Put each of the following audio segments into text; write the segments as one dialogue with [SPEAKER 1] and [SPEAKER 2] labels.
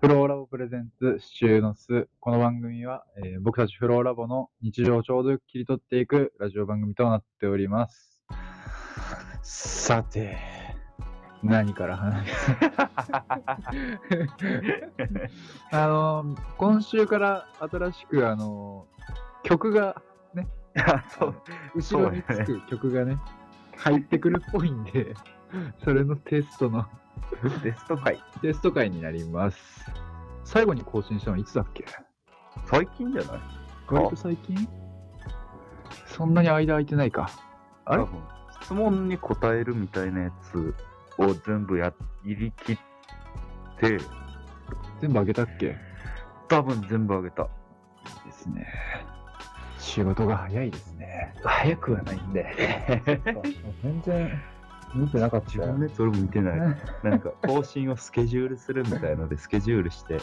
[SPEAKER 1] フローラボプレゼンツシチューの巣。この番組は、えー僕たちフローラボの日常をちょうどよく切り取っていくラジオ番組となっております。
[SPEAKER 2] さて、
[SPEAKER 1] 何から話す あのー今週から新しく、あのー曲が、
[SPEAKER 2] そう
[SPEAKER 1] 後ろにつく曲がね、入ってくるっぽいんで、それのテストの、
[SPEAKER 2] テスト会。
[SPEAKER 1] テスト会になります。最後に更新したのいつだっけ
[SPEAKER 2] 最近じゃない
[SPEAKER 1] 割と最近そんなに間空いてないか。あれ
[SPEAKER 2] 多分質問に答えるみたいなやつを全部やりきって、
[SPEAKER 1] 全部あげたっけ
[SPEAKER 2] 多分全部あげた。
[SPEAKER 1] ですね。仕事が早いですね。早くはないんで。全然見てなかっ
[SPEAKER 2] 自分のやつ俺も見てない。なんか更新をスケジュールするみたいので、スケジュールして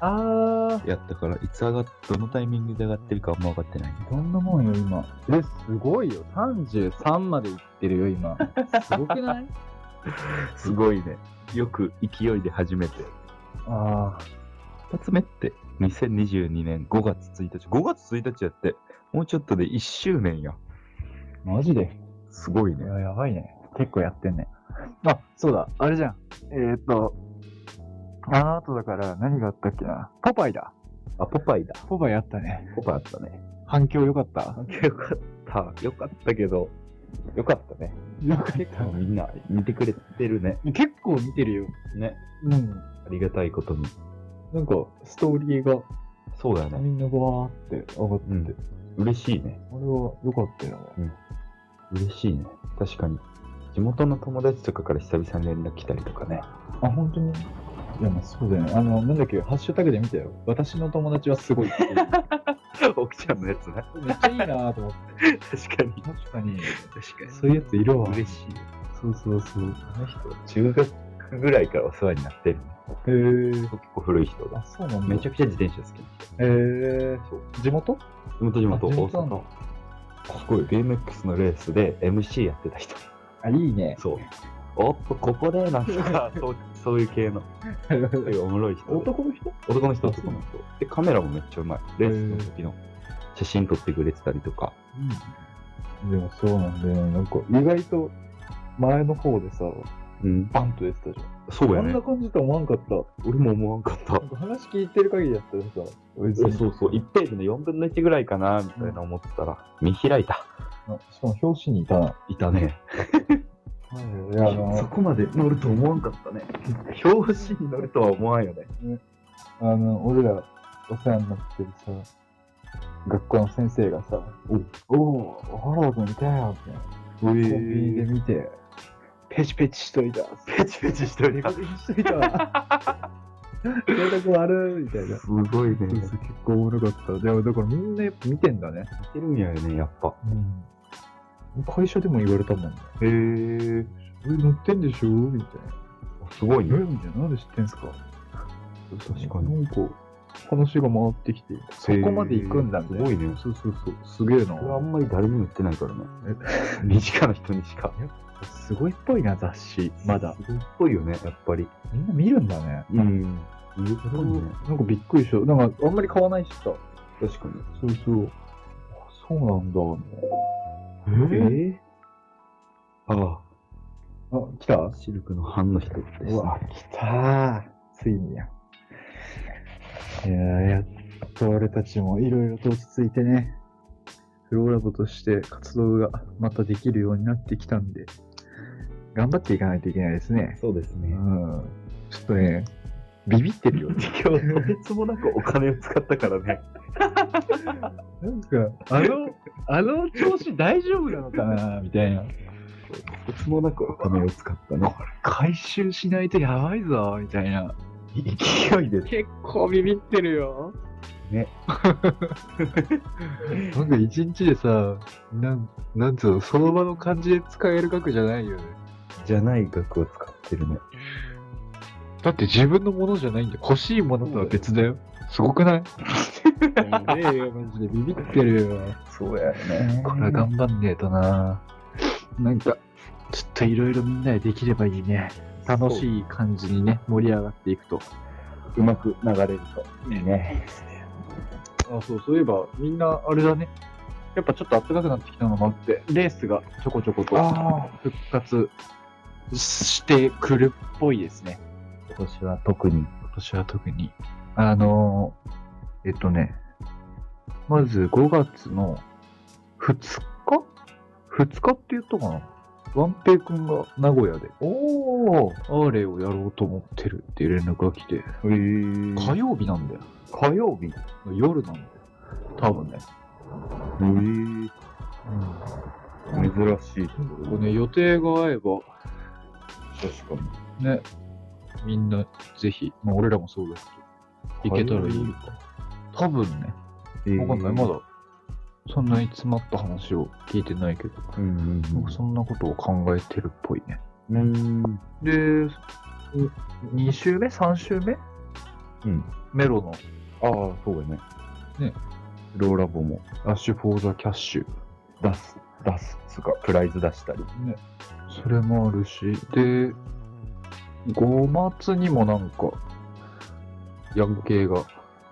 [SPEAKER 1] あ
[SPEAKER 2] やったから、いつ上がっ、どのタイミングで上がってるかあんま分かってない。
[SPEAKER 1] ー、どんなもんよ、今。え、すごいよ。33までいってるよ、今。すごくない
[SPEAKER 2] すごいね。よく勢いで初めて。
[SPEAKER 1] あ
[SPEAKER 2] 二つ目って、2022年5月1日。5月1日やって、もうちょっとで1周年や。
[SPEAKER 1] ー、マジで。
[SPEAKER 2] すごい
[SPEAKER 1] い
[SPEAKER 2] ね。
[SPEAKER 1] や、やばいね。結構やってんね。あ、そうだ。あれじゃん。えー、っと、あの後だから何があったっけな。ポパイだ。
[SPEAKER 2] あ、ポパイだ。
[SPEAKER 1] ポパイあったね。
[SPEAKER 2] ポパイあったね。
[SPEAKER 1] 反響良かった
[SPEAKER 2] よかった。よかったけど、よかったね。
[SPEAKER 1] 良か
[SPEAKER 2] 結構みんな見てくれてるね。
[SPEAKER 1] 結構見てるよ。
[SPEAKER 2] ね。
[SPEAKER 1] うん。
[SPEAKER 2] ありがたいことに。
[SPEAKER 1] なんか、ストーリーが
[SPEAKER 2] そうだね。
[SPEAKER 1] みんなわーって上がって、
[SPEAKER 2] うん。嬉しいね。
[SPEAKER 1] あれは良かったよね。
[SPEAKER 2] 嬉しいね。確かに。地元の友達とかから久々に連絡来たりとかね。
[SPEAKER 1] あ、本当にいや、まあそうだよね。あの、なんだっけ、ハッシュタグで見たよ。私の友達はすごいっていう
[SPEAKER 2] 奥ちゃんのやつね。
[SPEAKER 1] めっちゃいいなーと思って。
[SPEAKER 2] 確かに。
[SPEAKER 1] 確かに、
[SPEAKER 2] 確か
[SPEAKER 1] そういうやついるわ。
[SPEAKER 2] 嬉しい。
[SPEAKER 1] そうそうそう。
[SPEAKER 2] あの人、中学ぐらいからお世話になってる。
[SPEAKER 1] へー。
[SPEAKER 2] 結構古い人だ
[SPEAKER 1] あ、。そうなんだ。
[SPEAKER 2] めちゃくちゃ自転車好きな
[SPEAKER 1] えー、
[SPEAKER 2] 人。そう。
[SPEAKER 1] 地元
[SPEAKER 2] 地元地元、
[SPEAKER 1] あ地
[SPEAKER 2] 大
[SPEAKER 1] 元なんだ
[SPEAKER 2] 阪。すごい、BMX のレースで MC やってた人。
[SPEAKER 1] あ、いいね。
[SPEAKER 2] そう。おっと、ここで、なんとか、 そうそういう系の、そういうおもろい人 で。
[SPEAKER 1] 男の人
[SPEAKER 2] 男の人、
[SPEAKER 1] あそう
[SPEAKER 2] 男の人。で、カメラもめっちゃうまい。レースの時の写真撮ってくれてたりとか。
[SPEAKER 1] うん。でもそうなんだよね。なんか、意外と前の方でさ、
[SPEAKER 2] うん。
[SPEAKER 1] バンと出てたじゃん。
[SPEAKER 2] そう
[SPEAKER 1] あ
[SPEAKER 2] や
[SPEAKER 1] ん
[SPEAKER 2] ね
[SPEAKER 1] な。感じとは思わんかった。
[SPEAKER 2] 俺も思わんかった
[SPEAKER 1] なん。か話聞いてる限りだったらさ、別
[SPEAKER 2] そうそうそう、1ページの4分の1ぐらいかな、みたいな思ってたら、見開いた。
[SPEAKER 1] あしかも表紙にいたな。
[SPEAKER 2] いたね。
[SPEAKER 1] いや、あ
[SPEAKER 2] そ
[SPEAKER 1] の、
[SPEAKER 2] こまで乗ると思わんかったね。表紙に乗るとは思わんよね。
[SPEAKER 1] あの俺らお世話になってるさ、学校の先生がさ、おおう、原田君いたよ、みたいな。
[SPEAKER 2] コン
[SPEAKER 1] コンビニで見て、ペチペチしといた。
[SPEAKER 2] ペチペチしてお
[SPEAKER 1] ペ
[SPEAKER 2] りま
[SPEAKER 1] チペチしといたわ。 性格悪いみたいな。
[SPEAKER 2] すごいね。
[SPEAKER 1] そうそう、結構おもろかった。でも、だからみんなやっぱ見てんだね。
[SPEAKER 2] てるんやよね、やっぱ。
[SPEAKER 1] うん。会社でも言われたもんね。
[SPEAKER 2] へえ。
[SPEAKER 1] え、乗ってんでしょみたい
[SPEAKER 2] すごい
[SPEAKER 1] な。え
[SPEAKER 2] ね。
[SPEAKER 1] みたいな。なんで知ってんすか
[SPEAKER 2] 確かに。
[SPEAKER 1] なんか、話が回ってきて、そこまで行くんだみたいな。
[SPEAKER 2] すごいね
[SPEAKER 1] そうそうそう。すげえな
[SPEAKER 2] こ。れあんまり誰にも言ってないからね。身近な人にしか。
[SPEAKER 1] すごいっぽいな、雑誌。まだ。
[SPEAKER 2] すごいっぽいよね、やっぱり。
[SPEAKER 1] みんな見るんだね。
[SPEAKER 2] うん。すごいね。
[SPEAKER 1] なんかびっくりした。なんか、あんまり買わないしさ。
[SPEAKER 2] 確かに。
[SPEAKER 1] そうそう。あそうなんだ。
[SPEAKER 2] えあ
[SPEAKER 1] あ、来た
[SPEAKER 2] あ、シルクの班の人です、ね。
[SPEAKER 1] うわ、来たー。ついにや。いやーやっと俺たちもいろいろと落ち着いてね、フローラボとして活動がまたできるようになってきたんで、頑張っていかないといけないですね。
[SPEAKER 2] そうです
[SPEAKER 1] う
[SPEAKER 2] ね。
[SPEAKER 1] ん。ちょっとね、ビビってるよ。
[SPEAKER 2] 今日とてつもなくお金を使ったからね。
[SPEAKER 1] なんか、あ の、あの調子大丈夫なのかなみたいな。
[SPEAKER 2] とてつもなくお金を使ったね。
[SPEAKER 1] 回収しないとやばいぞ、みたいな。
[SPEAKER 2] 勢いで
[SPEAKER 1] 結構ビビってるよ。
[SPEAKER 2] ね。
[SPEAKER 1] なんか一日でさ、なん、なんつうの、その場の感じで使える額じゃないよね。
[SPEAKER 2] じゃない額を使ってるね。
[SPEAKER 1] だって自分のものじゃないんで、欲しいものとは別だよ。すごくないやべえよ、マジで。ビビってるよ。
[SPEAKER 2] そうやね
[SPEAKER 1] これは頑張んねえとな。なんか、ちょっといろいろみんなでできればいいね。楽
[SPEAKER 2] い。
[SPEAKER 1] しい感じにね、盛り上がっていくと。
[SPEAKER 2] うまく流れるといいね。
[SPEAKER 1] あ、そう、そういえば、みんな、あれだね。やっぱちょっと暖かくなってきたのもあって、レースがちょこちょこと
[SPEAKER 2] ああ、
[SPEAKER 1] 復活してくるっぽいですね。
[SPEAKER 2] 今年は特に。
[SPEAKER 1] 今年は特に。あのー、えっとね、まず5月の2日 ?2 日って言ったかなワンペイ君が名古屋で、
[SPEAKER 2] おお。
[SPEAKER 1] アーレイをやろうと思ってるっていう連絡が来て、
[SPEAKER 2] えー、
[SPEAKER 1] 火曜日なんだよ。
[SPEAKER 2] 火曜日。え
[SPEAKER 1] 夜なんだよ。多分ね。
[SPEAKER 2] ー、珍しいとこ
[SPEAKER 1] こうね、予定が合えば、
[SPEAKER 2] 確か
[SPEAKER 1] ね、みんなぜひ、まあ俺らもそうだけど、行けたらいいよ。多分ね、
[SPEAKER 2] に。
[SPEAKER 1] わかんない、まだ、そんなに詰まった話を聞いてないけど、
[SPEAKER 2] うんうん
[SPEAKER 1] なんかそんなことを考えてるっぽいね。
[SPEAKER 2] うん。うん。
[SPEAKER 1] で、2週目 ?3 週目
[SPEAKER 2] うん。
[SPEAKER 1] メロの
[SPEAKER 2] ああ、そうだね。
[SPEAKER 1] ね。
[SPEAKER 2] ローラボも
[SPEAKER 1] ラッシュ・フォー・ザ・キャッシュ。
[SPEAKER 2] 出す、出す、つうか、プライズ出したり。
[SPEAKER 1] ね、それもあるし、で、5月にもなんか、ヤン系が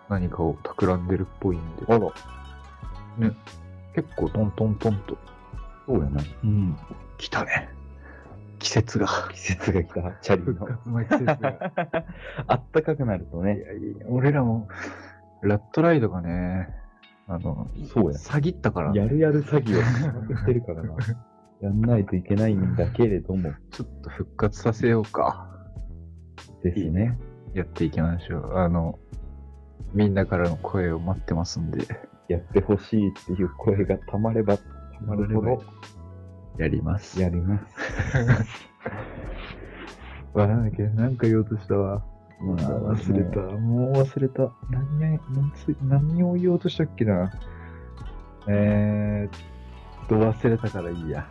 [SPEAKER 1] 何かを企んでるっぽいんで、
[SPEAKER 2] あら、
[SPEAKER 1] 結構トントントンと。
[SPEAKER 2] そうやな。
[SPEAKER 1] うん。来たね。季節が。
[SPEAKER 2] 季節が来た、チャリ の。
[SPEAKER 1] の季節が。
[SPEAKER 2] あったかくなるとね。
[SPEAKER 1] 俺らも、ラットライドがね、あの、
[SPEAKER 2] そうや
[SPEAKER 1] 詐欺ったから、
[SPEAKER 2] やるやる詐欺をやってるからな。 やんないといけないんだけれども、
[SPEAKER 1] ちょっと復活させようか。
[SPEAKER 2] ですね。
[SPEAKER 1] やっていきましょう。あの、みんなからの声を待ってますんで、
[SPEAKER 2] やってほしいっていう声がたまれば、たまるほど、
[SPEAKER 1] やります。
[SPEAKER 2] やります。
[SPEAKER 1] わなんだっけなんか言おうとしたわ。
[SPEAKER 2] ま
[SPEAKER 1] 忘れた。。もう忘れた。何や何つ何を言おうとしたっけな。えーっと、忘れたからいいや。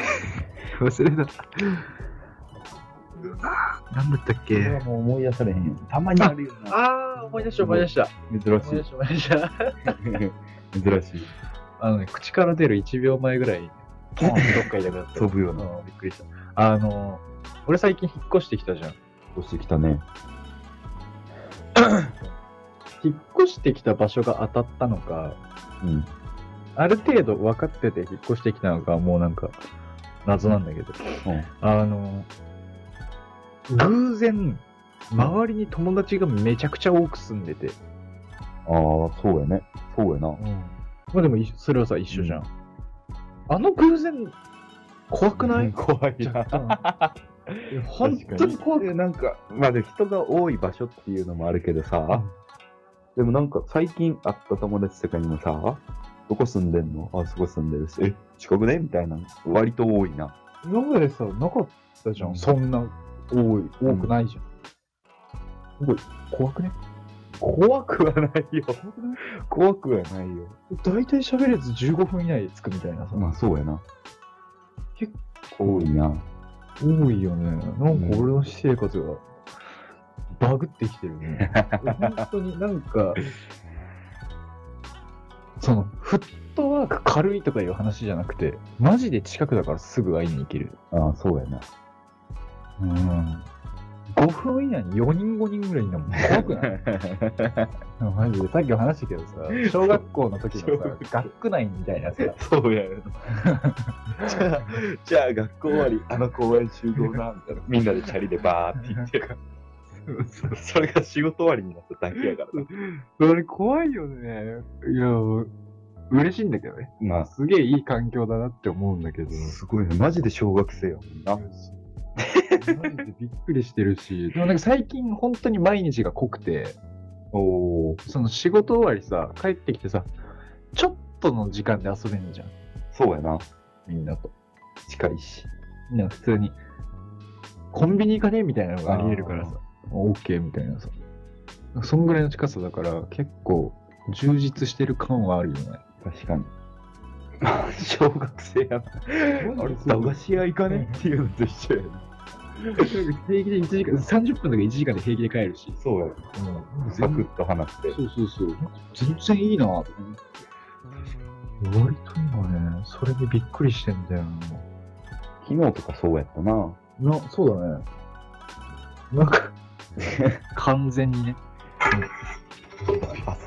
[SPEAKER 1] 忘れた。うわぁ、なんだったっ
[SPEAKER 2] それはもう思い出されへんよ。たまにあるよな。
[SPEAKER 1] ああ、思い出した、思い出した。
[SPEAKER 2] 珍
[SPEAKER 1] 思い 出
[SPEAKER 2] し
[SPEAKER 1] した、思い出した。
[SPEAKER 2] い。珍 しい。
[SPEAKER 1] あのね、口から出る1秒前ぐらい、ポンってどっか痛くなった。
[SPEAKER 2] 飛ぶような。
[SPEAKER 1] うんびっくりした。あの、俺最近引っ越してきたじゃん。
[SPEAKER 2] 越してきたね。
[SPEAKER 1] 引っ越してきた場所が当たったのか、
[SPEAKER 2] うん。
[SPEAKER 1] ある程度分かってて引っ越してきたのかはもうなんか謎なんだけど、
[SPEAKER 2] うん
[SPEAKER 1] あの、偶然、周りに友達がめちゃくちゃ多く住んでて、
[SPEAKER 2] ああ、そうやね。そうやな。
[SPEAKER 1] まあでもいそれはさ、一緒じゃん。あの偶然、怖くない、
[SPEAKER 2] 怖いな。
[SPEAKER 1] いや本当に怖くない。
[SPEAKER 2] なんか、まあでも人が多い場所っていうのもあるけどさ、でもなんか最近会った友達とかにもさ、どこ住んでんのあ、そこ住んでるし、え、近くねみたいな、割と多いな。
[SPEAKER 1] 今までさ、なかったじゃん。そんな多い、多くないじゃん。
[SPEAKER 2] 怖くね怖くはないよ。怖くはないよ。
[SPEAKER 1] 大体喋れず15分以内で着くみたいなさ。
[SPEAKER 2] まあそうやな。
[SPEAKER 1] 結
[SPEAKER 2] 構多いな。
[SPEAKER 1] 多いよね。なん
[SPEAKER 2] うん
[SPEAKER 1] か俺の私生活がバグってきてるね。本当になんか、その、フットワーク軽いとかいう話じゃなくて、マジで近くだからすぐ会いに行ける。
[SPEAKER 2] ああ、そうやな。
[SPEAKER 1] うん。5分以内に4人5人ぐらいいんだもん。怖くないマジで。さっきも話した けどさ、小学校の時のさ、学区内みたいなさ、
[SPEAKER 2] そうやるな。じゃあ、じゃあ学校終わり、あの公園集合な、みたいな。みんなでチャリでバーって行って。それが仕事終わりになっただけやからな。
[SPEAKER 1] それ怖いよね。いや、嬉しいんだけどね。
[SPEAKER 2] まあ、
[SPEAKER 1] すげえいい環境だなって思うんだけど。
[SPEAKER 2] すごいね。マジで小学生やもんな。
[SPEAKER 1] マジでびっくりしてるし、 でもなんか最近本当に毎日が濃くて、
[SPEAKER 2] おお、
[SPEAKER 1] その仕事終わりさ、帰ってきてさ、ちょっとの時間で遊べんじゃん、
[SPEAKER 2] そうやな。
[SPEAKER 1] みんなと。
[SPEAKER 2] 近いし。
[SPEAKER 1] なんか普通に、コンビニ行かねみたいなのがありえるからさ、OK みたいなさ。そんぐらいの近さだから、結構充実してる感はあるよね。
[SPEAKER 2] 確かに。まあ 小学生やな。あれ、駄菓子屋行かねっていうのと一緒やな。
[SPEAKER 1] 平気で1時間、30分とか1時間で平気で帰るし、
[SPEAKER 2] そうや。サクッと話して。
[SPEAKER 1] そうそうそう。全然いいなと思って。割と今ね、それでびっくりしてんだよ
[SPEAKER 2] 昨日とかそうやったな。
[SPEAKER 1] な。な、そうだね。なんか、完全にね。
[SPEAKER 2] 朝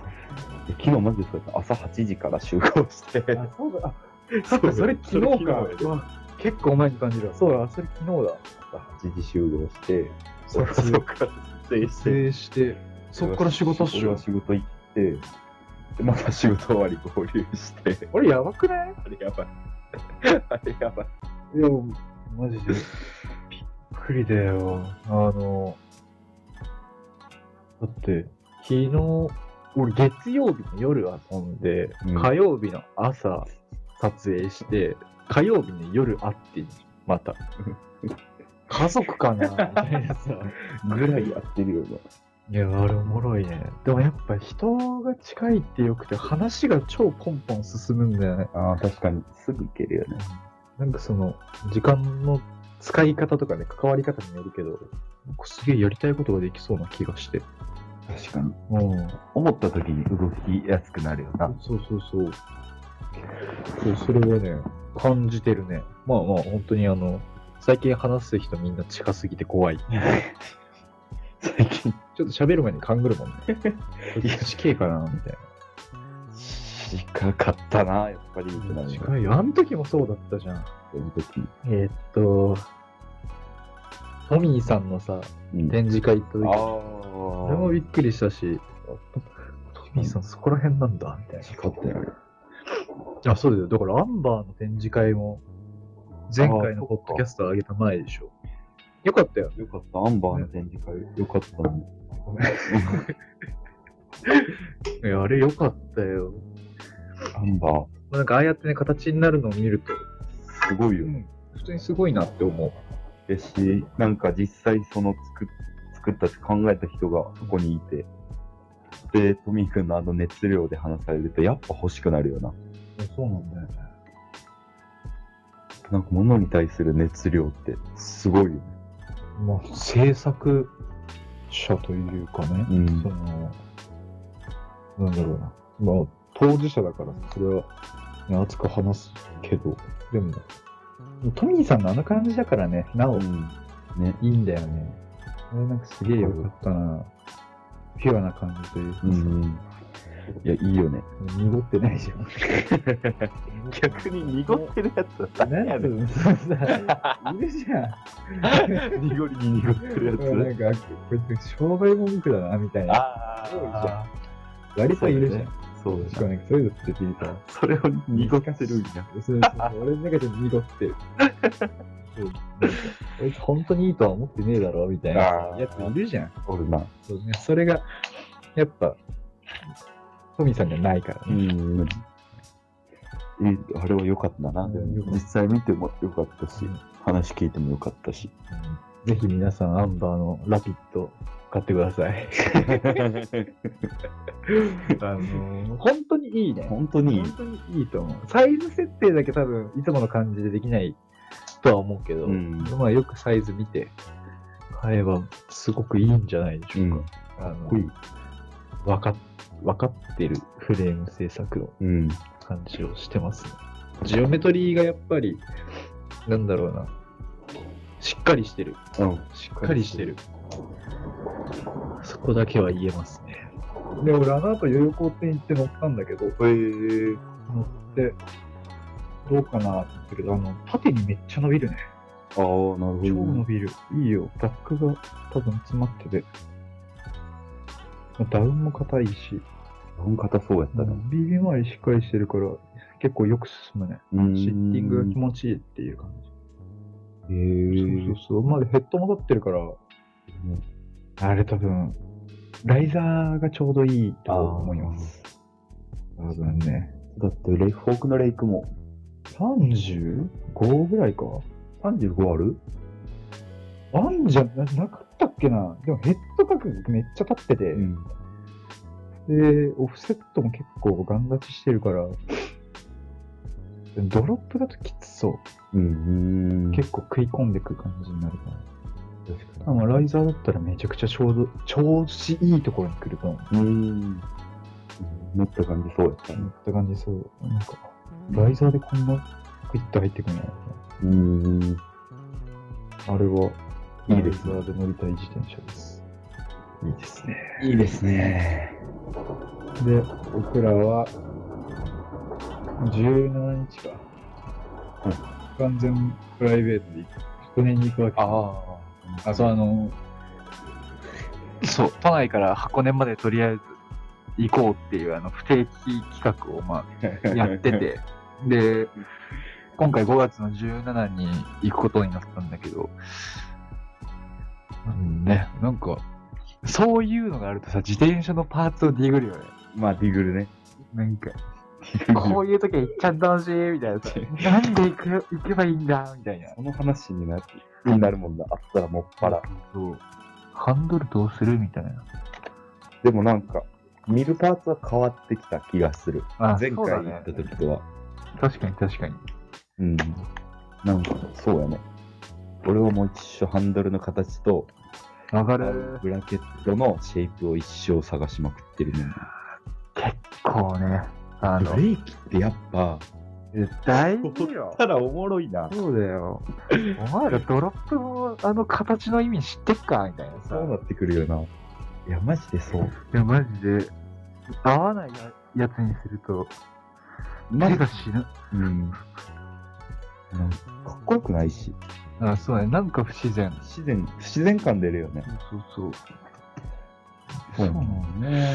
[SPEAKER 2] 昨日マジでそうやった朝8時から集合して。
[SPEAKER 1] あ、そうだ。
[SPEAKER 2] そ
[SPEAKER 1] そうそれ昨日か
[SPEAKER 2] それ昨。
[SPEAKER 1] うわ結構前に感じるわ。そうだ、それ昨日だ。
[SPEAKER 2] 8時集合して、
[SPEAKER 1] そ
[SPEAKER 2] そうこそこから撮影して、
[SPEAKER 1] 制して、そっから仕事っし
[SPEAKER 2] 俺は
[SPEAKER 1] ょ。
[SPEAKER 2] 仕事行って、でまた仕事終わり合流して、
[SPEAKER 1] あれやばくない
[SPEAKER 2] あれやばい。 あれやばい。
[SPEAKER 1] いや、マ ジで。びっくりだよ。あの、だって、昨日、俺月曜日の夜遊んで、
[SPEAKER 2] うん
[SPEAKER 1] 火曜日の朝撮影して、火曜日の夜会ってんじゃんま た。家族かなみたいなさ。
[SPEAKER 2] ぐらいやってるよね。
[SPEAKER 1] いや、あれおもろいね。でもやっぱ人が近いってよくて、話が超ポンポン進むんだよね。
[SPEAKER 2] ああ、確かに。すぐ行けるよね。
[SPEAKER 1] なんかその、時間の使い方とかね、関わり方によるけど、なんかすげえやりたいことができそうな気がして。
[SPEAKER 2] 確かに。
[SPEAKER 1] うん。
[SPEAKER 2] 思った時に動きやすくなるよ な。
[SPEAKER 1] そうそうそう。そう、それはね、感じてるね。まあまあ、本当にあの、最近話す人みんな近すぎて怖い。
[SPEAKER 2] 最近、
[SPEAKER 1] ちょっと喋る前に勘ぐる もんね。これ近いかなみたいな。
[SPEAKER 2] 近かったな、やっぱり。
[SPEAKER 1] 近いよ。あの時もそうだったじゃん。
[SPEAKER 2] その時。
[SPEAKER 1] えーっと、トミーさんのさ、
[SPEAKER 2] うん
[SPEAKER 1] 展示会行った時、
[SPEAKER 2] あ
[SPEAKER 1] これもび
[SPEAKER 2] あ。
[SPEAKER 1] っくりしたし、トトミーさんそこら辺なんだ、みたい
[SPEAKER 2] 近かったよね。
[SPEAKER 1] な。あ、そうだよ。だからアンバーの展示会も、前回のポッドキャスト上げた前でしょ。よかったよ。
[SPEAKER 2] よかった、アンバーの展示会。よかっ たね。
[SPEAKER 1] いや、あれよかったよ。
[SPEAKER 2] アンバー、
[SPEAKER 1] まあなんかああやってね、形になるのを見ると、
[SPEAKER 2] すごいよね。
[SPEAKER 1] 普通にすごいなって思う。
[SPEAKER 2] ですし、なんか実際その作っ作ったって考えた人がそこにいて、で、トミー君のあの熱量で話されると、やっぱ欲しくなるよな。
[SPEAKER 1] そうなんだよね。
[SPEAKER 2] なんか物に対する熱量ってすごいよね。
[SPEAKER 1] まあ、制作者というかね、
[SPEAKER 2] うん
[SPEAKER 1] その、なんだろうな。まあ、当事者だから、それは、ね、熱く話すけど、でも、トミーさんのあの感じだからね、なお、い
[SPEAKER 2] うん。ね。
[SPEAKER 1] いんだよね。あれなんかすげえよかったな。ピュアな感じというかさ、
[SPEAKER 2] うん。いや、いいよね。
[SPEAKER 1] 濁ってないじゃん。
[SPEAKER 2] てるやつ
[SPEAKER 1] なんやねん、そうさ、いるじゃん。
[SPEAKER 2] 濁りに濁って
[SPEAKER 1] な
[SPEAKER 2] る
[SPEAKER 1] んか、これって商売文句だな、みたい
[SPEAKER 2] やつ。
[SPEAKER 1] な。
[SPEAKER 2] あ
[SPEAKER 1] 多いじゃん。割といるじゃん。
[SPEAKER 2] そう
[SPEAKER 1] しかもなんかそういうのってていいさ。
[SPEAKER 2] それを濁ってるんや。
[SPEAKER 1] そうそうそう。俺の中で濁ってる。そうなんかこいつ本当にいいとは思ってねえだろみたいな
[SPEAKER 2] あー
[SPEAKER 1] やついるじゃん。
[SPEAKER 2] おるな。
[SPEAKER 1] そうね、それが、やっぱ、トミーさんじゃないから
[SPEAKER 2] う
[SPEAKER 1] ね。
[SPEAKER 2] ん。え、あれは良かったな。で
[SPEAKER 1] うん良か
[SPEAKER 2] も
[SPEAKER 1] った
[SPEAKER 2] 実際見ても良かったし
[SPEAKER 1] う、ん
[SPEAKER 2] 話聞いても良かった し。
[SPEAKER 1] ぜひ皆さん、アンバーのラピッド買ってください。あのー本当にいいね。
[SPEAKER 2] 本当にいい
[SPEAKER 1] 本。当にいいと思う。サイズ設定だけ多分、いつもの感じでできないとは思うけど、
[SPEAKER 2] うん
[SPEAKER 1] まあよくサイズ見て、買えばすごくいいんじゃないでし
[SPEAKER 2] う。
[SPEAKER 1] ょうんか。
[SPEAKER 2] か
[SPEAKER 1] あ
[SPEAKER 2] っ
[SPEAKER 1] の
[SPEAKER 2] こいい。
[SPEAKER 1] わかっわかってるフレーム制作の
[SPEAKER 2] うん。
[SPEAKER 1] 感じをしてますね。ジオメトリーがやっぱり、なんだろうな。しっかりしてる。
[SPEAKER 2] うん。
[SPEAKER 1] しっかりしてる。そこだけは言えますね。で、俺、あの後、代々木って行って乗ったんだけど、
[SPEAKER 2] えー、
[SPEAKER 1] 乗って、どうかなって言ったけど、あの、縦にめっちゃ伸びるね。
[SPEAKER 2] ああ、なるほど
[SPEAKER 1] 超伸
[SPEAKER 2] ね。
[SPEAKER 1] びる。いいよ。バックが多分詰まってて。ダウンも硬いし、
[SPEAKER 2] 本硬そうやったね。
[SPEAKER 1] BB 周りしっかりしてるから、結構よく進むね。
[SPEAKER 2] う
[SPEAKER 1] シッティングが気
[SPEAKER 2] も
[SPEAKER 1] 持ちいいっていう感じ。
[SPEAKER 2] え
[SPEAKER 1] そうそうそう。まだヘッドも立ってるから、あれ多分、ライザーがちょうどいいと思います。多分ね。
[SPEAKER 2] だってレイ、フォークのレイクも
[SPEAKER 1] 35ぐらいか。
[SPEAKER 2] 35ある
[SPEAKER 1] あんじゃななかったっけな。でもヘッド角めっちゃ立ってて、
[SPEAKER 2] うん。
[SPEAKER 1] で、オフセットも結構ガン立ちしてるから、ドロップだときつそう。
[SPEAKER 2] うん。
[SPEAKER 1] 結構食い込んでく感じになるから。
[SPEAKER 2] 構確
[SPEAKER 1] まあ、ライザーだったらめちゃくちゃちょうど、調子いいところに来ると思う。
[SPEAKER 2] に。うん。なった感じそうやったね。
[SPEAKER 1] って感じそう。なんか、ライザーでこんなクイッと入ってくんやろ
[SPEAKER 2] うん。
[SPEAKER 1] あれは、
[SPEAKER 2] いいです
[SPEAKER 1] ライザーで乗りたい自転車です。
[SPEAKER 3] いいですね。
[SPEAKER 2] いいです ね。
[SPEAKER 3] で、僕らは、17日か。完全プライベートで行く箱根に行くわけ。
[SPEAKER 1] あ
[SPEAKER 3] あ、そう、あの、
[SPEAKER 1] あ。そう、都内から箱根までとりあえず行こうっていうあの不定期企画をまあやってて、で、今回5月の17に行くことになったんだけど、うんね、なんか、そういうのがあるとさ、自転車のパーツをディグるよね。
[SPEAKER 2] まあ、ディグルね。
[SPEAKER 1] なんか、こういう時は行っちゃ楽しいみたいなさ。なんで行く行けばいいんだみたいな。
[SPEAKER 2] この話になになるもんだ。あったらもっぱら。
[SPEAKER 1] そう。ハンドルどうするみたいな。
[SPEAKER 2] でもなんか、見るパーツは変わってきた気がする。
[SPEAKER 1] あ
[SPEAKER 2] 前回
[SPEAKER 1] そうだ
[SPEAKER 2] 行
[SPEAKER 1] ね
[SPEAKER 2] った時とは。
[SPEAKER 1] 確かに確かに。
[SPEAKER 2] うん。なんか、そうやね。俺はもう一緒ハンドルの形と、
[SPEAKER 1] わか
[SPEAKER 2] ブ
[SPEAKER 1] る。
[SPEAKER 2] ラケットのシェイプを一生探しまくってるね。
[SPEAKER 1] 結構ね。あの
[SPEAKER 2] ブレ、ーキってやっぱ、
[SPEAKER 1] 大
[SPEAKER 2] 事
[SPEAKER 1] 事よ。
[SPEAKER 2] たらおもろいな。
[SPEAKER 1] そうだ よ。お前らドロップのあの形の意味知ってっかみたいなさ
[SPEAKER 2] そう。なってくるよな。いや、マジでそう。
[SPEAKER 1] いや、マジで、合わないややつにすると、
[SPEAKER 2] マ
[SPEAKER 1] 手
[SPEAKER 2] ジ
[SPEAKER 1] が死ぬ。
[SPEAKER 2] うん。なんかかっこよくないし、
[SPEAKER 1] あ、そうだね。なんか不自然。
[SPEAKER 2] 自然、不自然感出るよね。
[SPEAKER 1] そうそう。
[SPEAKER 2] そうなのね。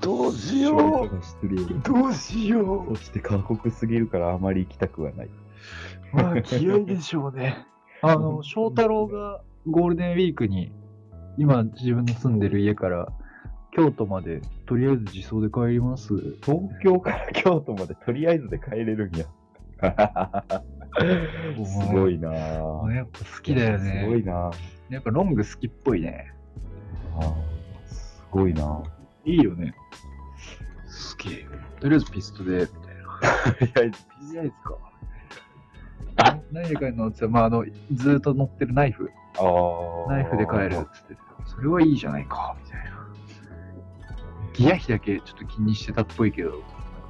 [SPEAKER 1] どうし
[SPEAKER 2] そう
[SPEAKER 1] よ
[SPEAKER 2] いう人がしてるよね
[SPEAKER 1] う。どうしよ
[SPEAKER 2] そして過酷すぎるからあまり行きたくはない。
[SPEAKER 1] う。まあ、嫌いでしょうね。 あの、翔太郎がゴールデンウィークに、今自分の住んでる家から、京都まで、とりあえず自走で帰ります。
[SPEAKER 2] 東京から京都までとりあえずで帰れるんや。 すごいなぁ。
[SPEAKER 1] やっぱ好きだよね。
[SPEAKER 2] すごいなぁ。
[SPEAKER 1] やっぱロング好きっぽいね。
[SPEAKER 2] あすごいなぁ。
[SPEAKER 1] いいよね。好き。とりあえずピストで、みたいな。
[SPEAKER 2] とりあえず、
[SPEAKER 1] いいじゃないですか。あ何で帰るのって言ったら、まあ、あの、ずーっと乗ってるナイフ、
[SPEAKER 2] あー
[SPEAKER 1] ナイフで帰るっつって、それはいいじゃないか、みたいな。ギア比だけちょっと気にしてたっぽいけど、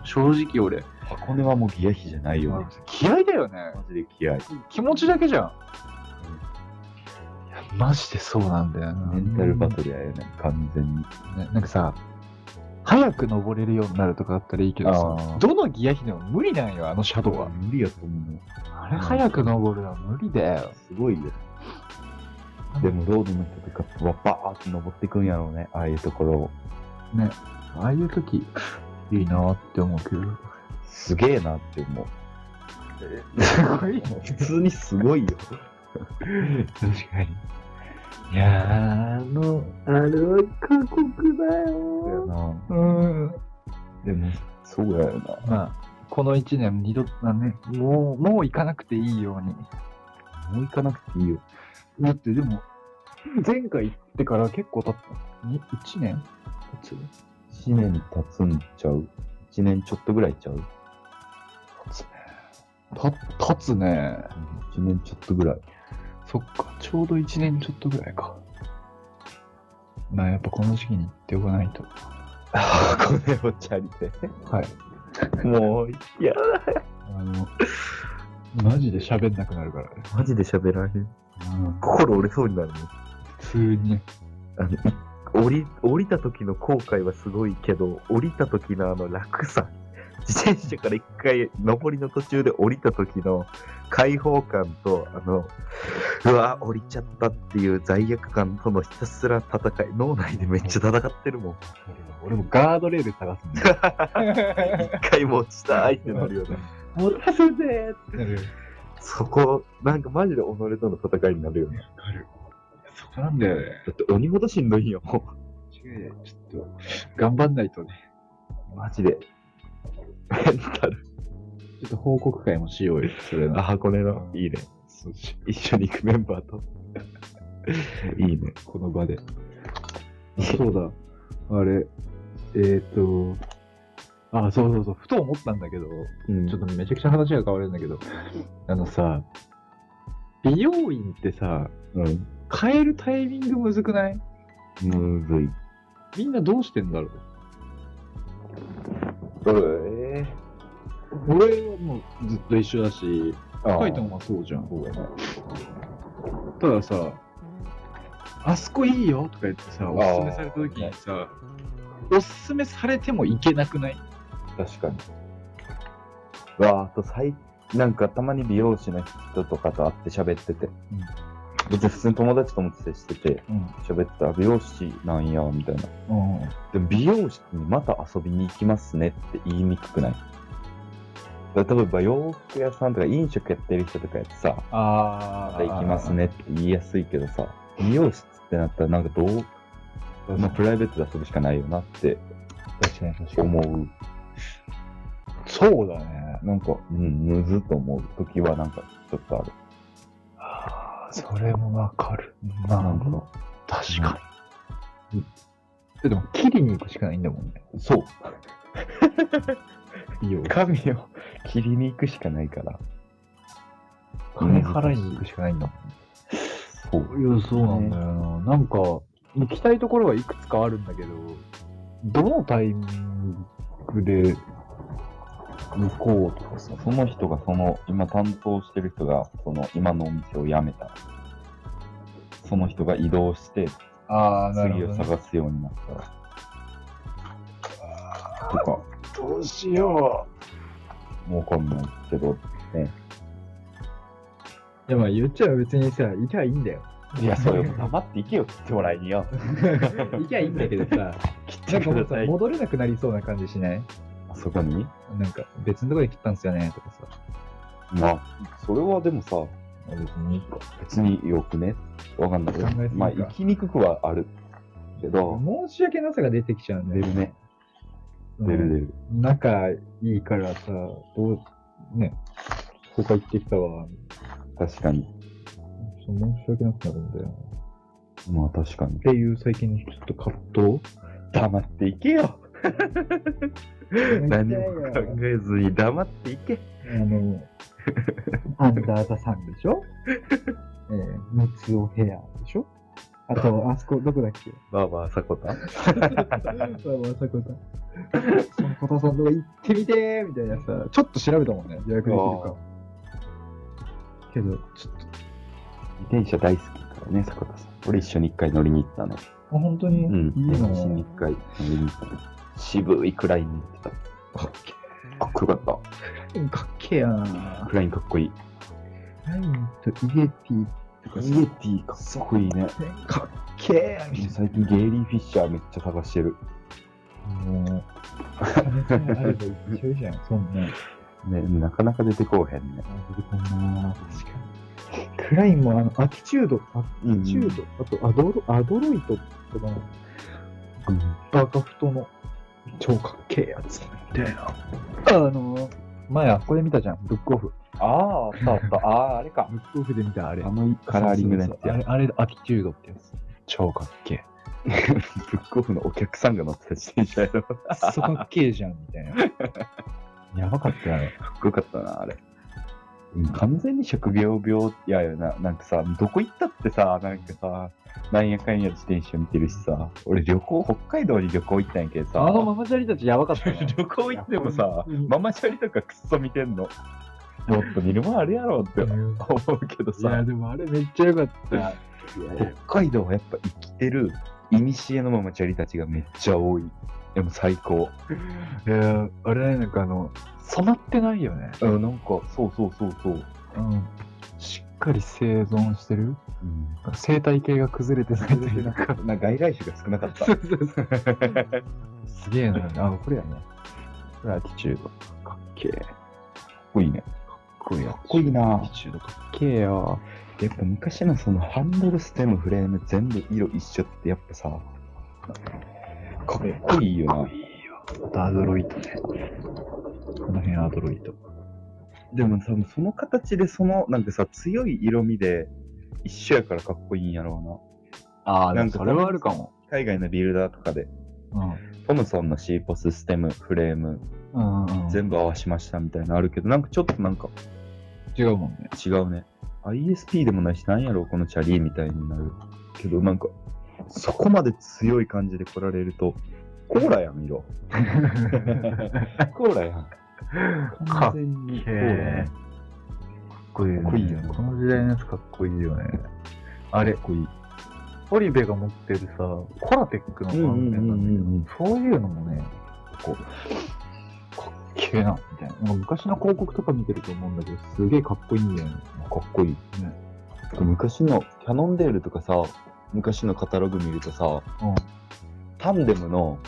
[SPEAKER 1] 正直俺、
[SPEAKER 2] 箱根はもうギア比じゃないよね。
[SPEAKER 1] 気合だよね。
[SPEAKER 2] マジで気合い。
[SPEAKER 1] 気持ちだけじゃん。いやマジでそうなんだよな。
[SPEAKER 2] メンタルバトルやよね、完全に。
[SPEAKER 1] ねなんかさ、早く登れるようになるとかあったらいいけど
[SPEAKER 2] あ
[SPEAKER 1] さ
[SPEAKER 2] ー、
[SPEAKER 1] どのギア比でも無理なんよ、あのシャドウは。
[SPEAKER 2] 無理やと思う。
[SPEAKER 1] あれ早く登るのは無理だよ。
[SPEAKER 2] すごいよ。でも、ロードの人とか、バーって登ってくんやろうね、ああいうところを。
[SPEAKER 1] ね、ああいう時いいなって思うけど。
[SPEAKER 2] すげえなって思う。
[SPEAKER 1] すごい。
[SPEAKER 2] 普通にすごいよ。
[SPEAKER 1] 確かに。いやー、あの、あれは過酷だよ。うん。
[SPEAKER 2] でも、そうやよな。
[SPEAKER 1] まあ、この一年二度だね、もう、もう行かなくていいように。
[SPEAKER 2] もう行かなくていいよ。
[SPEAKER 1] だってでも、前回行ってから結構経った。に一年経つ
[SPEAKER 2] 1年経つんちゃう ?1 年ちょっとぐらいちゃう
[SPEAKER 1] た経つね。
[SPEAKER 2] ?1 年ちょっとぐらい。
[SPEAKER 1] そっか、ちょうど一年ちょっとぐらいか。まあやっぱこの時期に行っておかないと。
[SPEAKER 2] 箱根をチャリで。
[SPEAKER 1] はい。
[SPEAKER 2] もう、いや、
[SPEAKER 1] あの、マジで喋んなくなるからね。
[SPEAKER 2] マジで喋らへん。
[SPEAKER 1] うん、
[SPEAKER 2] 心折れそうになるね。
[SPEAKER 1] 普通にね。
[SPEAKER 2] あの降り降りた時の後悔はすごいけど降りた時のあの楽さ自転車から一回上りの途中で降りた時の解放感とあのうわ降りちゃったっていう罪悪感とのひたすら戦い脳内でめっちゃ戦ってるもん
[SPEAKER 1] 俺もガードレール探すん だよ。
[SPEAKER 2] 一回も落ちたいってなるよね
[SPEAKER 1] 持たせてってなる。
[SPEAKER 2] そこなんかマジで己との戦いになるよね
[SPEAKER 1] わかる。そこなんだよね。
[SPEAKER 2] だって鬼ほどしんどいんよ も
[SPEAKER 1] 違うちょっと、頑張んないとね。
[SPEAKER 2] うマジでメンタル
[SPEAKER 1] ちょっと報告会もしようよ、それ
[SPEAKER 2] あ
[SPEAKER 1] な。
[SPEAKER 2] 箱根のいいね
[SPEAKER 1] そうし
[SPEAKER 2] 一緒に行くメンバーと。 いいね。
[SPEAKER 1] この場で。そうだ。あれ、えっ、ー、と、あ、そうそうそう、ふと思ったんだけど、
[SPEAKER 2] うん
[SPEAKER 1] ちょっとめちゃくちゃ話が変わるんだ けど、あのさ、美容院ってさ、
[SPEAKER 2] うん。
[SPEAKER 1] 変えるタイミングむずくない
[SPEAKER 2] むずい。
[SPEAKER 1] みんなどうしてんだろう
[SPEAKER 2] え
[SPEAKER 1] 俺はもうずっと一緒だし、
[SPEAKER 2] ー、
[SPEAKER 1] カイトンはそうじゃん。
[SPEAKER 2] そうだね。
[SPEAKER 1] たださ、
[SPEAKER 4] あそこいいよとか言ってさ、おすすめされた時にさ、おすすめされてもいけなくない
[SPEAKER 2] 確かに。うわあと最、なんかたまに美容師の人とかと会って喋ってて、別に普通に友達とも接してて、
[SPEAKER 1] うん。
[SPEAKER 2] 喋ってたら美容師なんや、みたいな。
[SPEAKER 1] うん。
[SPEAKER 2] でも美容室にまた遊びに行きますねって言いにくくないだから例えば洋服屋さんとか飲食やってる人とかやってさ、
[SPEAKER 4] あ
[SPEAKER 2] また行きます。ねって言いやすいけどさ、美容室ってなったらなんかどう、まあ、プライベートで遊ぶしかないよなって
[SPEAKER 1] 確かに確かに。
[SPEAKER 2] 思う。
[SPEAKER 1] そうだね。
[SPEAKER 2] なんか、うん、むずっと思う時はなんかちょっとある。
[SPEAKER 1] ああ、それもわかる。
[SPEAKER 2] なんか、
[SPEAKER 1] 確かに。えでも、切りに行くしかないんだもんね。
[SPEAKER 2] そう。
[SPEAKER 1] いいよ。
[SPEAKER 2] 髪を切りに行くしかないから。
[SPEAKER 1] 金払いに行くしかないんだもんね。
[SPEAKER 2] そう。
[SPEAKER 1] いや、そうなんだよな。なんか、行きたいところはいくつかあるんだけど、どのタイミングで行こうとかさ。
[SPEAKER 2] その人がその今担当してる人がその今のお店を辞めたその人が移動して
[SPEAKER 1] ああ、な
[SPEAKER 2] 次
[SPEAKER 1] るほ
[SPEAKER 2] を
[SPEAKER 1] ど、ね。
[SPEAKER 2] 探すようになったらとか
[SPEAKER 1] どうしよ
[SPEAKER 2] もうわかんないけど
[SPEAKER 1] う。いや、まあ言っちゃえば別にさ、行きゃいいん だよ。
[SPEAKER 2] いやそれ黙って行けよ切ってもらいによ
[SPEAKER 1] 行きゃいいんだけど さ、
[SPEAKER 2] 切
[SPEAKER 1] な
[SPEAKER 2] って
[SPEAKER 1] んかも
[SPEAKER 2] く
[SPEAKER 1] う
[SPEAKER 2] だ
[SPEAKER 1] さ
[SPEAKER 2] さい、
[SPEAKER 1] 戻れなくなりそうな感じしない
[SPEAKER 2] あそこに
[SPEAKER 1] なんか、別のとこで切ったんすよね、とかさ。
[SPEAKER 2] まあそれはでもさ
[SPEAKER 1] 別にいいか。
[SPEAKER 2] 別によくねわかんないけど
[SPEAKER 1] 考えすぎか
[SPEAKER 2] まあ行きにくくはあるけど
[SPEAKER 1] 申し訳なさが出てきちゃうんだ
[SPEAKER 2] 出
[SPEAKER 1] よ。
[SPEAKER 2] るね出る出る
[SPEAKER 1] うん仲いいからさ、どう、ね、ここ行ってきたわ。
[SPEAKER 2] 確かに
[SPEAKER 1] そう申し訳なくなるんだよな。っ
[SPEAKER 2] まあ確かに
[SPEAKER 1] ていう最近のちょっと葛藤
[SPEAKER 2] 黙って行け よ何も考えずに黙って行け
[SPEAKER 1] あの、 アンダーザさんでし ょえー、三つお部屋でしょあと、あそこ、どこだっけ
[SPEAKER 2] まあまあ、さこた。
[SPEAKER 1] まあまあ、さこた。そのことさんとか行ってみてーみたいなさ、ちょっと調べたもんね、予約できるか。けど、ちょっと、
[SPEAKER 2] 自転車大好きだからね、さこたさん。俺一緒に一回乗りに行ったの。
[SPEAKER 1] あ本当にいい
[SPEAKER 2] うん。一
[SPEAKER 1] の、
[SPEAKER 2] 緒に一回乗りに行ったの。渋いクラインに行って
[SPEAKER 1] かっ
[SPEAKER 2] た。かっこよかっ
[SPEAKER 1] けえ、かっけえや
[SPEAKER 2] た。
[SPEAKER 1] な。
[SPEAKER 2] クラインかっこいい。
[SPEAKER 1] ラインとイエティとか
[SPEAKER 2] イエティかっこいいね。
[SPEAKER 1] かっけえやみたい
[SPEAKER 2] 最近ゲイリー・フィッシャーめっちゃ探してる。
[SPEAKER 1] な。もう、金さえあれば一緒じゃん、そんな。
[SPEAKER 2] ね、なかなか出てこうへんね。
[SPEAKER 1] 確かに。クラインもあの、アティチュード、アティチュード、あとアドロ、アドロイトとかの、バカフトの超かっけえやつみたいな。あの、前あそこで見たじゃん、ブックオフ。
[SPEAKER 2] ああ、あったあった。ああ、あれか。
[SPEAKER 1] ブックオフで見たあれ
[SPEAKER 2] あ。のカラーリングのやつ
[SPEAKER 1] そうそうそうあ
[SPEAKER 2] や。
[SPEAKER 1] れ、あれ、アティチュードってやつ。超かっけえ。
[SPEAKER 2] ブックオフのお客さんが乗ってた自転車やろ。か
[SPEAKER 1] クソかっけえじゃん、みたい な。やばかったよ、あれ。
[SPEAKER 2] っこよかったな、あれ。完全に職業病やよな、なんかさ、どこ行ったってさ、なんかさ、なんやかんや自転車見てるしさ、俺旅行、北海道に旅行行ったんやけどさ、
[SPEAKER 4] あのママチャリたちやばかったな
[SPEAKER 2] 旅行行ってもさ、
[SPEAKER 1] うん
[SPEAKER 2] ママチャリとかくっそ見てんの。もっと見るもんあるやろって思うけど
[SPEAKER 1] いや、
[SPEAKER 2] さ、
[SPEAKER 1] でもあれめっちゃよかった。
[SPEAKER 2] 北海道はやっぱ生きてる、いにしえのママチャリたちがめっちゃ多い。でも最高。
[SPEAKER 1] いや、あれなんかあの、染まってないよね。
[SPEAKER 2] うん、なんか、そうそうそうそう。
[SPEAKER 1] うん。しっかり生存してる
[SPEAKER 2] うん、
[SPEAKER 1] 生態系が崩れてないという
[SPEAKER 2] なん
[SPEAKER 1] か。
[SPEAKER 2] か、なんか外来種が少なかった。
[SPEAKER 1] すげえな。あ、これやね。これアティチュード。かっけえ。かっ
[SPEAKER 2] かっこいいね。
[SPEAKER 1] こいいや
[SPEAKER 2] かっこいいな
[SPEAKER 1] アティチュードかっけえよ。
[SPEAKER 2] やっぱ昔のそのハンドル、ステム、フレーム全部色一緒ってやっぱさ、かっこいいよな。
[SPEAKER 1] アドロイトね。この辺アドロイト。
[SPEAKER 2] でも多分その形でそのなんかさ、強い色味で一緒やからかっこいいんやろ
[SPEAKER 4] ああ、
[SPEAKER 2] な
[SPEAKER 4] なんん
[SPEAKER 2] か
[SPEAKER 4] かそれはあるかも
[SPEAKER 2] う。な。海外のビルダーとかで、
[SPEAKER 1] うん。
[SPEAKER 2] トムソンのシーポス、ステム、フレーム
[SPEAKER 1] うんうんうん、
[SPEAKER 2] 全部合わしましたみたいなのあるけど、なんかちょっとなんか
[SPEAKER 1] 違うもんね。
[SPEAKER 2] 違うね。ISP でもないし、なんやろうこのチャリーみたいになるけど、なんかそこまで強い感じで来られると、コーラやん、色。コーラやん。
[SPEAKER 1] かっ
[SPEAKER 2] 全に
[SPEAKER 1] けえ。かっこいいよね。
[SPEAKER 2] かっこいいよね
[SPEAKER 1] この時代のやつかっこいいよね。あれ、
[SPEAKER 2] かっこいい。
[SPEAKER 1] 織部が持ってるさ、コラテックの
[SPEAKER 2] うんう
[SPEAKER 1] 版
[SPEAKER 2] んう
[SPEAKER 1] 面なんだけど、
[SPEAKER 2] ん
[SPEAKER 1] そういうのもね、こう、かっけえな、みたいな。なんか昔の広告とか見てると思うんだけど、すげえかっこいいんだよね。
[SPEAKER 2] うん。かっこいい。昔のキャノンデールとかさ、昔のカタログ見るとさ、
[SPEAKER 1] うん
[SPEAKER 2] タンデムの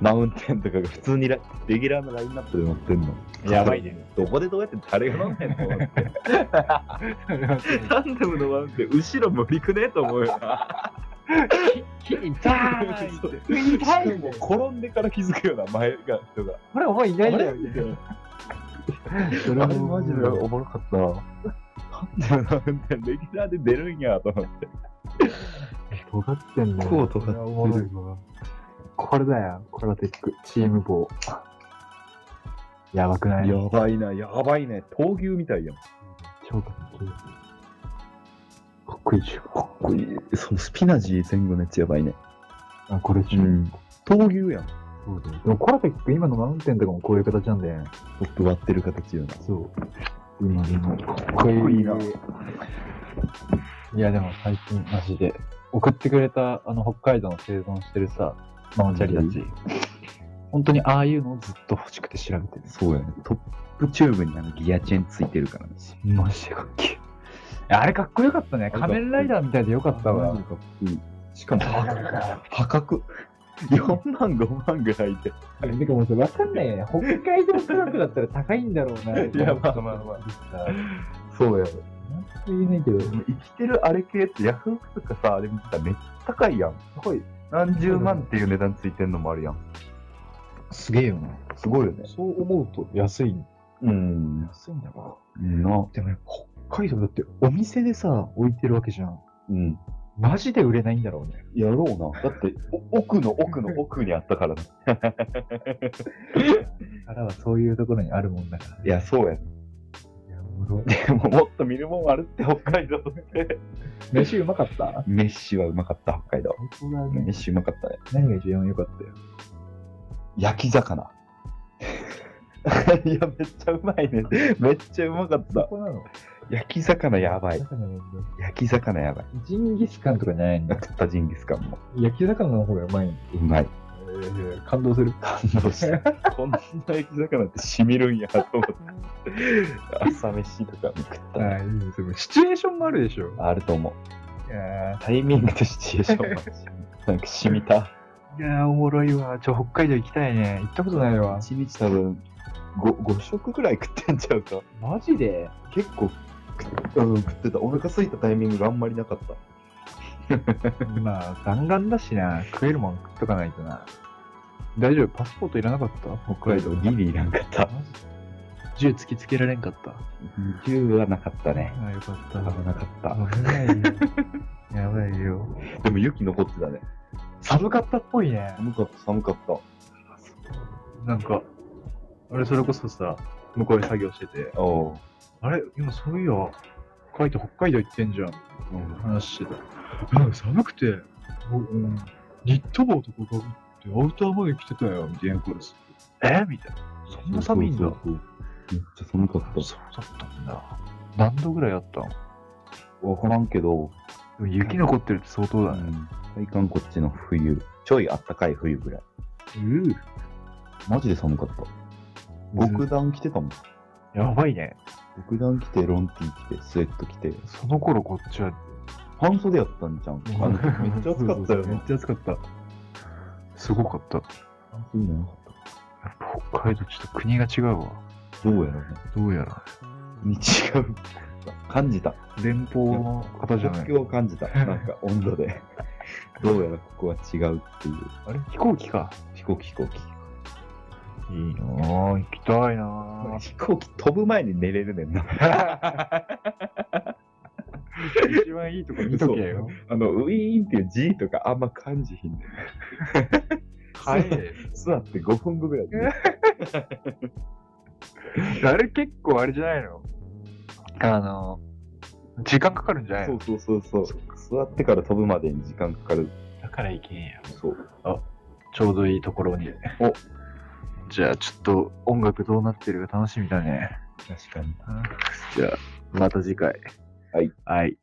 [SPEAKER 2] マウンテンとかが普通にラレギュラーのラインナップで載ってんの。
[SPEAKER 1] やばいね。
[SPEAKER 2] どこでどうやって誰が飲んでんの って。タンデムのマウンテン、後ろ無理くねえと思うよ な。
[SPEAKER 4] 痛い痛い
[SPEAKER 2] そうしかも転んでから気づくような前が人が。
[SPEAKER 4] これお前いないんだよ。
[SPEAKER 1] そ
[SPEAKER 2] あれマジでおもろかったな。タンデムのマウンテン、レギュラーで出るんやと思って。
[SPEAKER 1] 尖ってんだよ。
[SPEAKER 2] こう尖っ
[SPEAKER 1] これ
[SPEAKER 2] てる
[SPEAKER 1] はおもろいわこれだよ、コラテック、チーム棒。やばくない
[SPEAKER 2] やばいな、やばいね。闘牛みたいやん。
[SPEAKER 1] 超かっこいい。かっこいいでしょ。
[SPEAKER 2] かっこいい。そのスピナジー前後のやつやばいね。
[SPEAKER 1] あ、これでしょ。
[SPEAKER 2] ん。闘牛やん。
[SPEAKER 1] そうだよ。でもコラテック、今のマウンテンとかもこういう形なんだよね。
[SPEAKER 2] トップ割ってる形よな。
[SPEAKER 1] そう。今でもかっ
[SPEAKER 2] こいいない
[SPEAKER 1] や、でも最近マジで、送ってくれた、あの、北海道の生存してるさ、ママチャリたち、本当にああいうのをずっと欲しくて調べてる。
[SPEAKER 2] そうやね。トップチューブにあのギアチェーンついてるからね。
[SPEAKER 1] マジでかっけえあれかっこよかったね。仮面ライダーみたいでよかったわ
[SPEAKER 2] マジ。かっこいいしかも破格。4万5万ぐらいで。
[SPEAKER 1] あれ、てかもうさ、わかんないよね。北海道価格だったら高いんだろうな。
[SPEAKER 2] いやまあまあま
[SPEAKER 1] あ。
[SPEAKER 2] そうやろ。
[SPEAKER 1] 言えないけど、す
[SPEAKER 2] 生きてるあれ系ってヤフオクとかさ、あれ見てたらめっちゃ高いやん。
[SPEAKER 1] ごい。
[SPEAKER 2] 何十万っていう値段ついてんのもあるやん。
[SPEAKER 1] すげえよな。
[SPEAKER 2] すごいよね。
[SPEAKER 1] そう思うと安い。
[SPEAKER 2] うん。
[SPEAKER 1] 安いんだろ
[SPEAKER 2] な。
[SPEAKER 1] でもね、北海道だってお店でさ、置いてるわけじゃん。
[SPEAKER 2] うん。
[SPEAKER 1] マジで売れないんだろうね。
[SPEAKER 2] やろうな。だって、お奥の奥 の奥にあったからな。
[SPEAKER 1] からはそういうところにあるもんだから。
[SPEAKER 2] いや、そうやね。
[SPEAKER 1] いや、おもろ。
[SPEAKER 2] でももっと見るもんあるって、北海道って。
[SPEAKER 1] 飯うまかった
[SPEAKER 2] メッシはうまかった、北海道。
[SPEAKER 1] 本当だ
[SPEAKER 2] メッ。シうまかったね。
[SPEAKER 1] 何が一番良かったよ。
[SPEAKER 2] 焼き 魚。いや、めっちゃうまいね。めっちゃうまかっ
[SPEAKER 1] そ
[SPEAKER 2] た。
[SPEAKER 1] こなの
[SPEAKER 2] 焼き魚やばい
[SPEAKER 1] だ。からね
[SPEAKER 2] 焼き魚やばい。
[SPEAKER 1] ジンギスカンとかじゃないんだ。
[SPEAKER 2] 食ったジンギスカンも。
[SPEAKER 1] 焼き魚の方がうまいんだ。
[SPEAKER 2] うまい。
[SPEAKER 1] 感動する。
[SPEAKER 2] 感動した。 こんな焼き魚ってしみるんやと思って。朝飯とかも食ったね。
[SPEAKER 1] あいいねすごいシチュエーションもあるでしょ。
[SPEAKER 2] あると思う。
[SPEAKER 1] いや
[SPEAKER 2] タイミングとシチュエーションもあるし。なんかしみた。
[SPEAKER 4] いやー、おもろいわ。ちょ、北海道行きたいね。行ったことないわ。
[SPEAKER 2] 一日多分ご 5, 食ぐらい食ってんちゃうか。
[SPEAKER 4] マジで
[SPEAKER 2] 結構食,、うん、食ってた。お腹空いたタイミングがあんまりなかった。
[SPEAKER 4] まあ、弾丸だしな。食えるもん食っとかないとな。大丈夫パスポートいらなかった
[SPEAKER 2] 北海道ギリいらんかった。
[SPEAKER 4] 銃突きつけられんかった。
[SPEAKER 2] 銃はなかったね。
[SPEAKER 4] あ、よかっ
[SPEAKER 2] 危
[SPEAKER 4] た。
[SPEAKER 2] なかった。
[SPEAKER 4] 危ないよ。やばいよ。
[SPEAKER 2] でも雪残ってたね。
[SPEAKER 4] 寒かったっぽいね。
[SPEAKER 2] 寒かった、寒かった。
[SPEAKER 4] なんか、俺それこそさ、向こうで作業してて、
[SPEAKER 2] おう。
[SPEAKER 4] あれ今そういや、書いて北海道行ってんじゃん。
[SPEAKER 2] うん
[SPEAKER 4] 話してた。うん、寒くて、もううん、ニット帽とかかぶってアウターまで着てたよ、みたいなからすえみたいな。そんな寒いんだ。
[SPEAKER 2] そうそうそうめっちゃ寒かっ
[SPEAKER 4] そうだったんだ。何度ぐらいあったので
[SPEAKER 2] た。わからんけど、
[SPEAKER 4] も雪残ってるって相当だね。
[SPEAKER 2] 体感こっちの冬、ちょいあったかい冬ぐらい。
[SPEAKER 4] うん。
[SPEAKER 2] マジで寒かった。極暖着てたもん。
[SPEAKER 4] やばいね。
[SPEAKER 2] 極暖着て、ロンティー着て、スウェット着て、
[SPEAKER 4] その頃こっちは。
[SPEAKER 2] 半袖やったんじゃん。あの時めっちゃ暑かったよ
[SPEAKER 4] め
[SPEAKER 2] ね
[SPEAKER 4] っ。ちゃ暑かった。すごかった。
[SPEAKER 2] 半袖じゃなかっ
[SPEAKER 4] やっぱ北海道ちょっと国が違うわ。
[SPEAKER 2] た。どうやらね。
[SPEAKER 4] どうやら。
[SPEAKER 2] に違う。感じた。
[SPEAKER 4] 連邦の方じゃない
[SPEAKER 2] 国。境を感じた。なんか温度で。どうやらここは違うっていう。
[SPEAKER 4] あれ飛行機か。
[SPEAKER 2] 飛行機飛行機。
[SPEAKER 4] いいなぁ。行きたいなぁ。
[SPEAKER 2] 飛行機飛ぶ前に寝れるねんな。
[SPEAKER 4] 一番いいとこ見とけよ。
[SPEAKER 2] あの、ウィーンっていう G とかあんま感じひんねん。
[SPEAKER 4] 帰れ。
[SPEAKER 2] 座って5分後ぐらいで寝る。
[SPEAKER 4] あれ結構あれじゃないのあの、時間かかるんじゃない
[SPEAKER 2] そ
[SPEAKER 4] の
[SPEAKER 2] うそうそうそう。座ってから飛ぶまでに時間かかる。
[SPEAKER 4] だから行けんや。
[SPEAKER 2] そう。
[SPEAKER 4] ちょうどいいところに。
[SPEAKER 2] お
[SPEAKER 4] じゃあちょっと音楽どうなってるか楽しみだね。
[SPEAKER 2] 確かに。
[SPEAKER 4] じゃあまた次回。
[SPEAKER 2] はい。
[SPEAKER 4] はい。